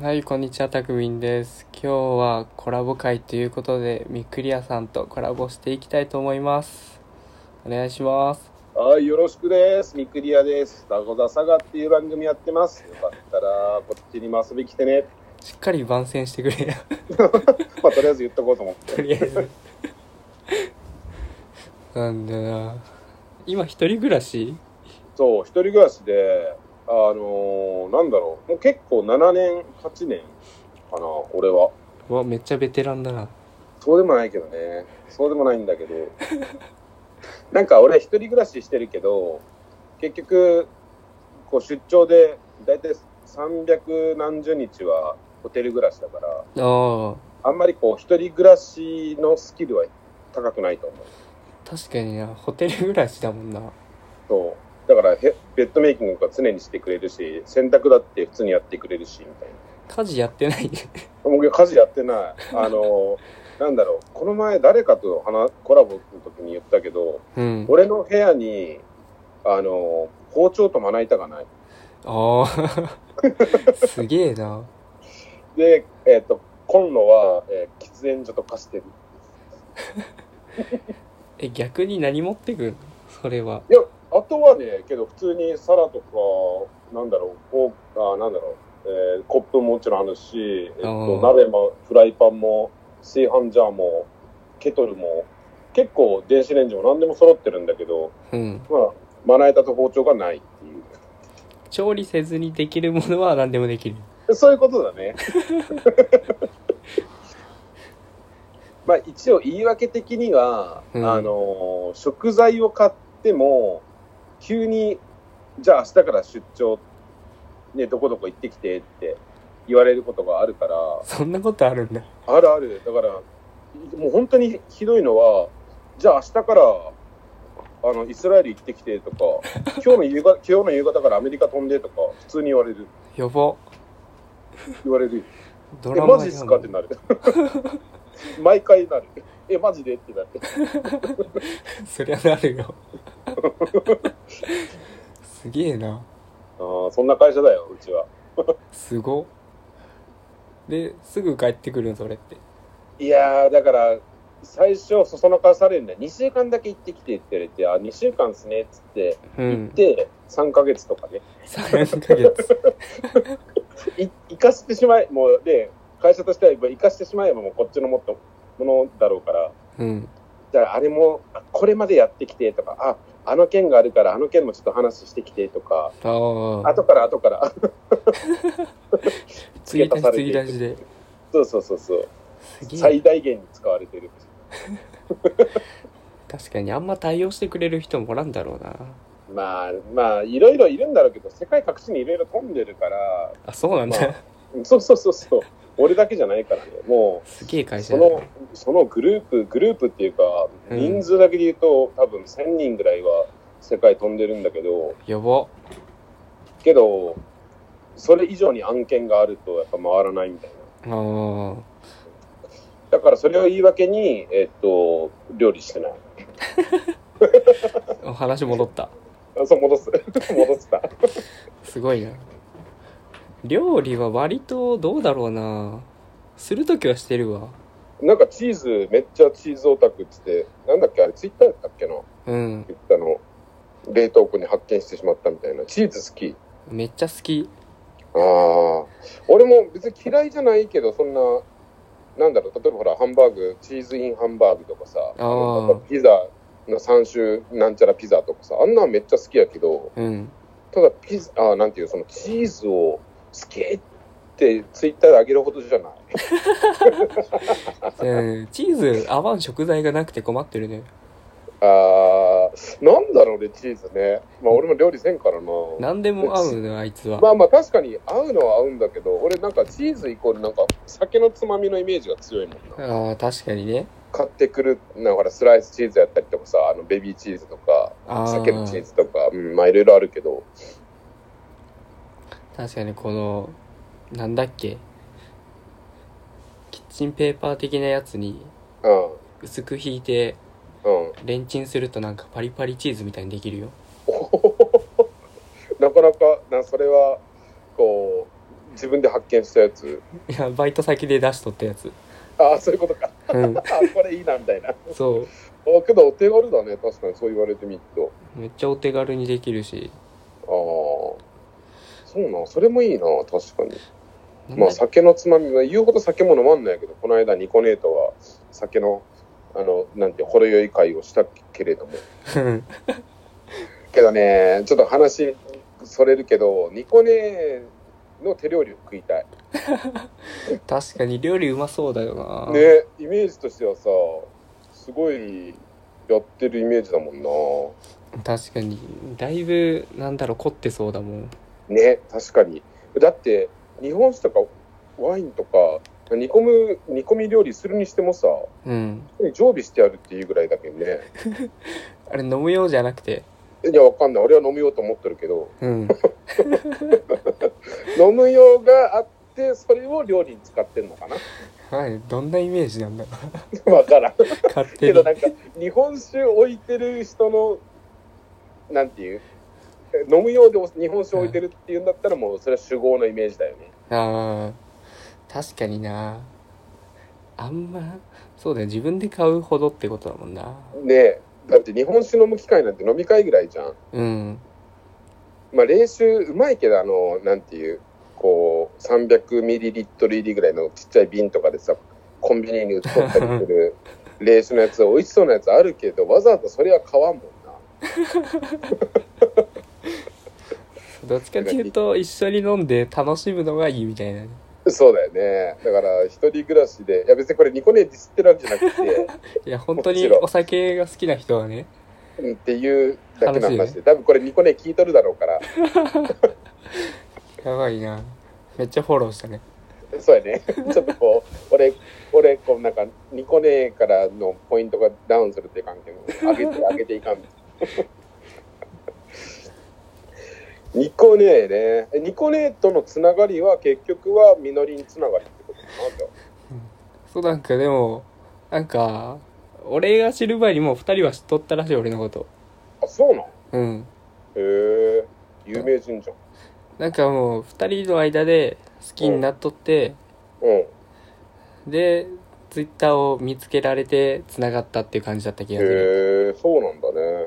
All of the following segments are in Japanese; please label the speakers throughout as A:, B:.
A: はい、こんにちは、たくみんです。今日はコラボ会ということで、みっくり屋さんとコラボしていきたいと思います。お願いします。
B: はい、よろしくです。みくりやです。ダゴダサガっていう番組やってます。よかったら、こっちにも遊び来てね。
A: しっかり番宣してくれよ、
B: まあ、とりあえず言っとこうと思って。
A: とりあえず。 なんだな今、一人暮らし
B: そう、一人暮らしで、あのーなんだろう。もう結構7年、8年かな、俺は。
A: うわ、めっちゃベテランだな。
B: そうでもないけどね。そうでもないんだけど。 なんか俺一人暮らししてるけど、結局、こう出張で、だいたい300何十日はホテル暮らしだから、
A: ああ、
B: あんまりこう、一人暮らしのスキルは高くないと思う。
A: 確かにな、ホテル暮らしだもんな。
B: そう。だからヘ、ベッドメイキングが常にしてくれるし、洗濯だって普通にやってくれるし、みたいな。
A: 家事やってない
B: 僕、家事やってない。あの、 なんだろう。この前、誰かと話、コラボの時に言ったけど、
A: うん。
B: 俺の部屋に、あの、包丁とまな板がない。
A: ああ、 すげえな。
B: で、えっ、と、コンロは、えー喫煙所と化してる。
A: え、逆に何持ってくんそれは。
B: いや、あとはね、けど普通に皿とか、なんだろう、フォークあなんだろう、えーコップももちろんあるし、えっ
A: う
B: と
A: ん、
B: 鍋も、フライパンも、炊飯ジャーも、ケトルも、結構電子レンジも何でも揃ってるんだけど、
A: うん。
B: まあ、まな板と包丁がないっていう。
A: 調理せずにできるものは何でもできる
B: そういうことだね。まあ一応言い訳的には、
A: うん
B: あのー食材を買っても急にじゃあ明日から出張ねどこどこ行ってきてって言われることがあるから
A: そんなことあるんだ
B: あるあるだからもう本当にひどいのはじゃあ明日からあのイスラエル行ってきてとか 今日の夕方今日の夕方からアメリカ飛んでとか普通に言われる
A: やば
B: 言われるよ
A: ド
B: え、
A: ラマ
B: マジっすかってなる。 毎回なる。え、マジでってなる。
A: やんそりゃなるよすげえな
B: ああ、そんな会社だよ、うちは。
A: すごですぐ帰ってくるのそれって
B: いやー、だから、最初、そそのかされるんだよ。2週間だけ行ってきてって言われて、あ、2週間っすね、っつって、
A: う
B: 行っ
A: ん
B: て、3ヶ月とかね。
A: 3ヶ月
B: い行かしてしまえ、もう、で、会社としては、行かしてしまえば、もうこっちのもっと、ものだろうから、
A: うん
B: だからあれも、あこれまでやってきてとか、あ、あの件があるから、あの件もちょっと話してきてとか、
A: ああ
B: 後から後から、
A: 次出
B: 付け足さ
A: し次
B: れていく
A: 出しで
B: そうそうそうそう。
A: すげえ
B: 最大限に使われてる。
A: 確かにあんま対応してくれる人もおらんだろうな
B: まあまあいろいろいるんだろうけど世界各地にいろいろ飛んでる から
A: あそうなんだ、
B: まそうそうそうそう俺だけじゃないからねも
A: すげえ
B: う
A: 会社
B: そ
A: だ
B: のそのグループグループっていうか
A: うん
B: 人数だけで言うと、多分1000人ぐらいは世界飛んでるんだけど
A: やば
B: けどそれ以上に案件があるとやっぱ回らないみたいな
A: ああ
B: だからそれを言い訳にえっと料理してない
A: お話戻った
B: あそう戻す 戻した
A: すごいな料理は割とどうだろうなするときはしてるわ
B: なんかチーズめっちゃチーズオタクっつってなんだっけあれツイッターだったっけな
A: うん
B: 言ったの冷凍庫に発見してしまったみたいなチーズ好き
A: めっちゃ好き
B: ああ俺も別に嫌いじゃないけどそんななんだろう例えばほらハンバーグチーズインハンバーグとかさ
A: ー
B: なんかピザの3種なんちゃらピザとかさあんなんめっちゃ好きやけど
A: うん
B: ただピザあーなんていうそのチーズを好きってツイッターであげるほどじゃない
A: うんチーズ合わん食材がなくて困ってるね
B: あーなんだろうねチーズねまあ俺も料理せんからな
A: 何でも合うのあいつは
B: まあまあ確かに合うのは合うんだけど俺なんかチーズイコールなんか酒のつまみのイメージが強いもんな
A: ああ確かにね
B: 買ってくるなんかほらスライスチーズやったりとかさあのベビーチーズとか
A: ああ
B: 酒のチーズとか、うん、まあいろいろあるけど
A: 確かにこのなんだっけキッチンペーパー的なやつに
B: うん
A: 薄く引いて
B: うん
A: レンチンするとなんかパリパリチーズみたいにできるよ
B: なかなかなそれはこう自分で発見したやつ
A: いやバイト先で出しとったやつ
B: ああそういうことか
A: うん
B: あこれいいなみたいなあ
A: そ
B: けどお手軽だね確かにそう言われてみると
A: うめっちゃお手軽にできるし
B: ああそうなそれもいいな確かに
A: なん
B: まあ
A: だ
B: 酒のつまみは言うほど酒も飲まんないけどこの間ニコネートは酒のあのなんてほろ酔い会をしたけれども
A: うん
B: けどねちょっと話それるけどニコネの手料理を食いたい
A: 確かに料理うまそうだよな、
B: ねイメージとしてはさすごいやってるイメージだもんな
A: 確かにだいぶなんだろう凝ってそうだもん
B: ね確かにだって日本酒とかワインとか煮込む煮込み料理するにしてもさ
A: うん
B: 常備してあるっていうぐらいだけどね
A: あれ飲むようじゃなくて
B: いやわかんない俺は飲むようと思ってるけど
A: うん
B: 飲む用があってそれを料理に使ってんのかな
A: はいどんなイメージなんだろう
B: わからん
A: 勝手
B: け
A: に
B: どなんか日本酒置いてる人のなんていう飲む用で日本酒置いてるっていうんだったらもうそれは酒豪のイメージだよね
A: ああ確かになあんまそうだよ自分で買うほどってことだもんな
B: ねえだって日本酒飲む機会なんて飲み会ぐらいじゃん
A: うん
B: まあ冷酒うまいけどあのなんていうこう300ミリリットル入りぐらいのちっちゃい瓶とかでさコンビニに売っとったりす る冷酒のやつ美味しそうなやつあるけどわざわざそれは買わんもんな
A: どっちかっていうと一緒に飲んで楽しむのがいいみたいな
B: そうだよね。だから、一人暮らしで、いや別にこれニコネディスってるわけじゃなく て、
A: いや本当
B: も
A: に
B: ちろん
A: お酒が好きな人はね
B: うんっていうだけの
A: 楽し
B: 話
A: い
B: で、多分これニコネ聞いとるだろうから、
A: やばいなめっちゃフォローしたね
B: そうやね。 ちょっとこう、俺、俺、こうなんか、ニコネからのポイントがダウンするっていう関係も、上げて、上げていかん。 ニコネね。えニコネとのつながりは結局はみのりんつながりってことかなじゃあ
A: そうなんかでもなんか俺が知る前にもう2人は知っとったらしい俺のこと
B: あ、そうなんへ
A: うん
B: え、有名人じゃん。
A: なんかもう2人の間で好きになっとって
B: うん。
A: でツイッターを見つけられてつながったっていう感じだった気がする
B: へえそうなんだね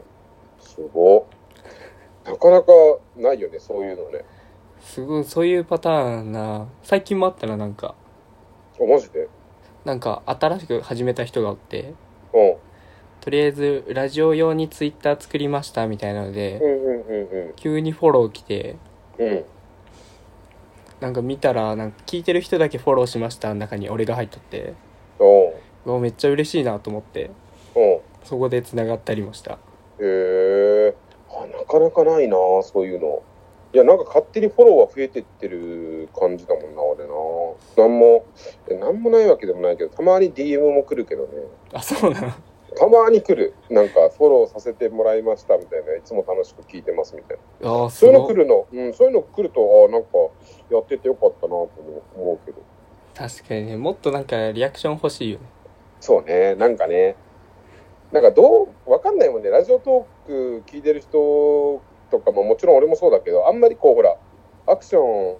B: すごっなかなかないよねそういうのね
A: すごいそういうパターンな最近もあったらなんか
B: あマジで
A: なんか新しく始めた人がおって
B: うん
A: とりあえずラジオ用にツイッター作りましたみたいなの
B: う
A: で
B: んうんうん
A: 急にフォロー来て
B: うんうん
A: なんか見たらなんか聞いてる人だけフォローしましたの中に俺が入っとって
B: うん
A: うわめっちゃ嬉しいなと思って
B: うん
A: そこでつながったりもした
B: へえあなかなかないなそういうのいやなんか勝手にフォローは増えてってる感じだもんな俺ななんもえなんもないわけでもないけどたまに DM も来るけどね
A: あそうなの
B: たまに来るなんかフォローさせてもらいましたみたいないつも楽しく聞いてますみたいな
A: ああす
B: そういうの
A: ご
B: 来
A: い
B: るの、うん、そういうの来ると、ああ、なんか、やっててよかったなと思うけど。
A: 確かにねもっとなんかリアクション欲しいよね
B: そうね、なんかね、なんかどう、わかんないもんね、ラジオトーク聞いてる人とかも、もちろん俺もそうだけど、あんまりこう、ほら、アクション、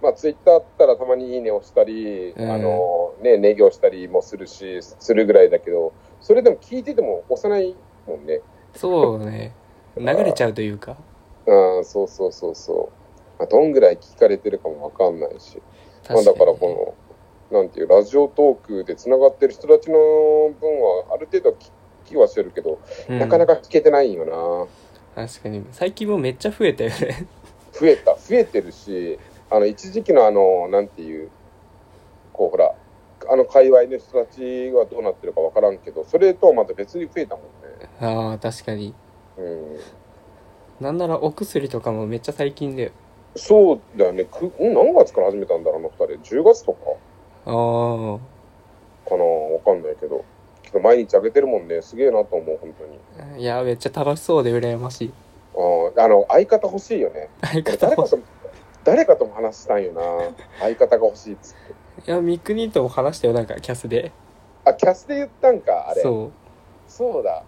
B: まあ、ツイッターあったらたまにいいねをしたり、
A: うん
B: あの、ね、ネギをしたりもするし、するぐらいだけど、それでも聞いてても押さないもんね。
A: そうね流れちゃうというか
B: うん、そうそうそうそう。まあ、どんぐらい聞かれてるかもわかんないし。まあ、
A: 確か
B: だ
A: に
B: からこの、なんていう、ラジオトークでつながってる人たちの分は、ある程度聞きはしてるけど、
A: うん
B: なかなか聞けてないんよ
A: 確かに最近もめっちゃ増えたよね
B: な。増えた、増えてるし、あの、一時期のあの、なんていう、こう、ほら、あの界隈の人たちはどうなってるかわからんけど、それとはまた別に増えたもんね。
A: ああ確かに
B: うん。
A: なんならお薬とかもめっちゃ最近だよ
B: そうだよね。くん何月から始めたんだろう、あの二人。10月とか
A: あ
B: かなわかんないけど。けど毎日あげてるもんね。すげえなと思う、本当に。
A: あいやめっちゃ楽しそうで羨ましい
B: うん。あの、相方欲しいよね。
A: 相
B: 俺
A: 方
B: 誰か
A: も
B: とも誰かとも話したんよな相方が欲しいっつって
A: いやミクニーとも話したよなんかキャスで
B: あキャスで言ったんかあれ
A: そ
B: そうだ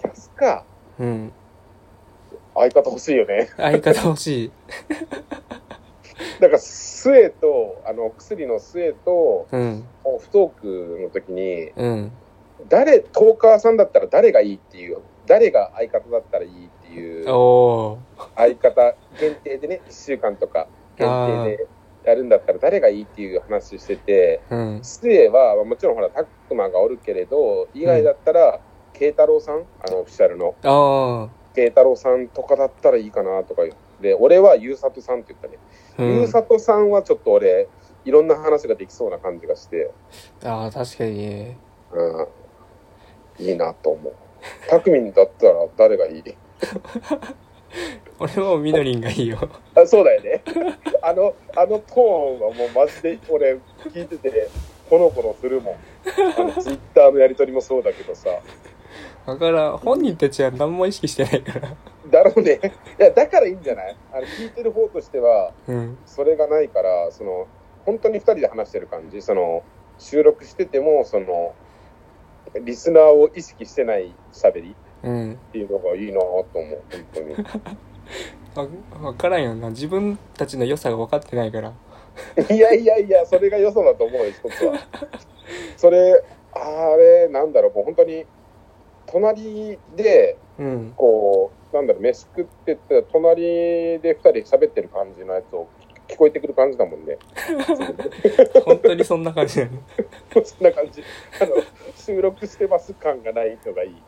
B: キャスか
A: ううん
B: 相方欲しいよね
A: 相方欲しい
B: なんか、末と、あの、薬の末と、
A: うん
B: 不登区の時に、
A: うん
B: 誰、トーカーさんだったら誰がいいっていう、誰が相方だったらいいっていう。
A: お
B: 相方限定でね、1週間とか限定でやるんだったら誰がいいっていう話してて、
A: ーうん
B: スエは、まあもちろんほら、タックマがおるけれど、以外だったら、慶太郎さん、あの、オフィシャルの、
A: あー
B: 慶太郎さんとかだったらいいかなとか言って、俺はゆうさとさんって言ったね。
A: うん
B: ゆうさとさんはちょっと俺、いろんな話ができそうな感じがして、
A: あー確かに
B: うん、いいなと思う。タクミンだったら誰がいい
A: 俺もみのりんがいいよ
B: あそうだ よね。あの、あのトーンはもうマジで俺聞いてて、ほのぼのするもん。あ のツイッターのやりとりもそうだけどさ。
A: だから本人たちは何も意識してないから
B: だろうね。いや、だからいいんじゃないあの、聞いてる方としては、
A: うん
B: それがないから、その、本当に二人で話してる感じ。その、収録してても、その、リスナーを意識してない喋り
A: うん
B: っていうのがいいなと思う。本当に。
A: わ分からんよな自分たちの良さが分かってないから
B: いやいやいや、それがよそだと思うよ、一つは。それ、あれ、なんだろう、もう本当に、隣で、
A: うん
B: こう、なんだろう、飯食ってって、隣で二人喋ってる感じのやつを聞聞こえてくる感じだもんね。
A: 本当にそんな感じなの
B: そんな感じ。あの、収録してます感がないのがいい。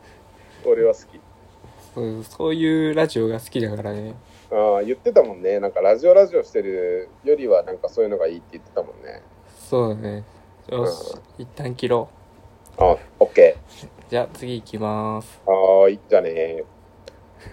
B: 俺は好き。
A: そうそういうラジオが好きだからね
B: ああ、言ってたもんね。なんか、ラジオラジオしてるよりは、なんかそういうのがいいって言ってたもんね。
A: そうだねよし一旦切ろ
B: ああ、オッケ
A: うじゃあ次行きます
B: ー。はーい、じゃあねー。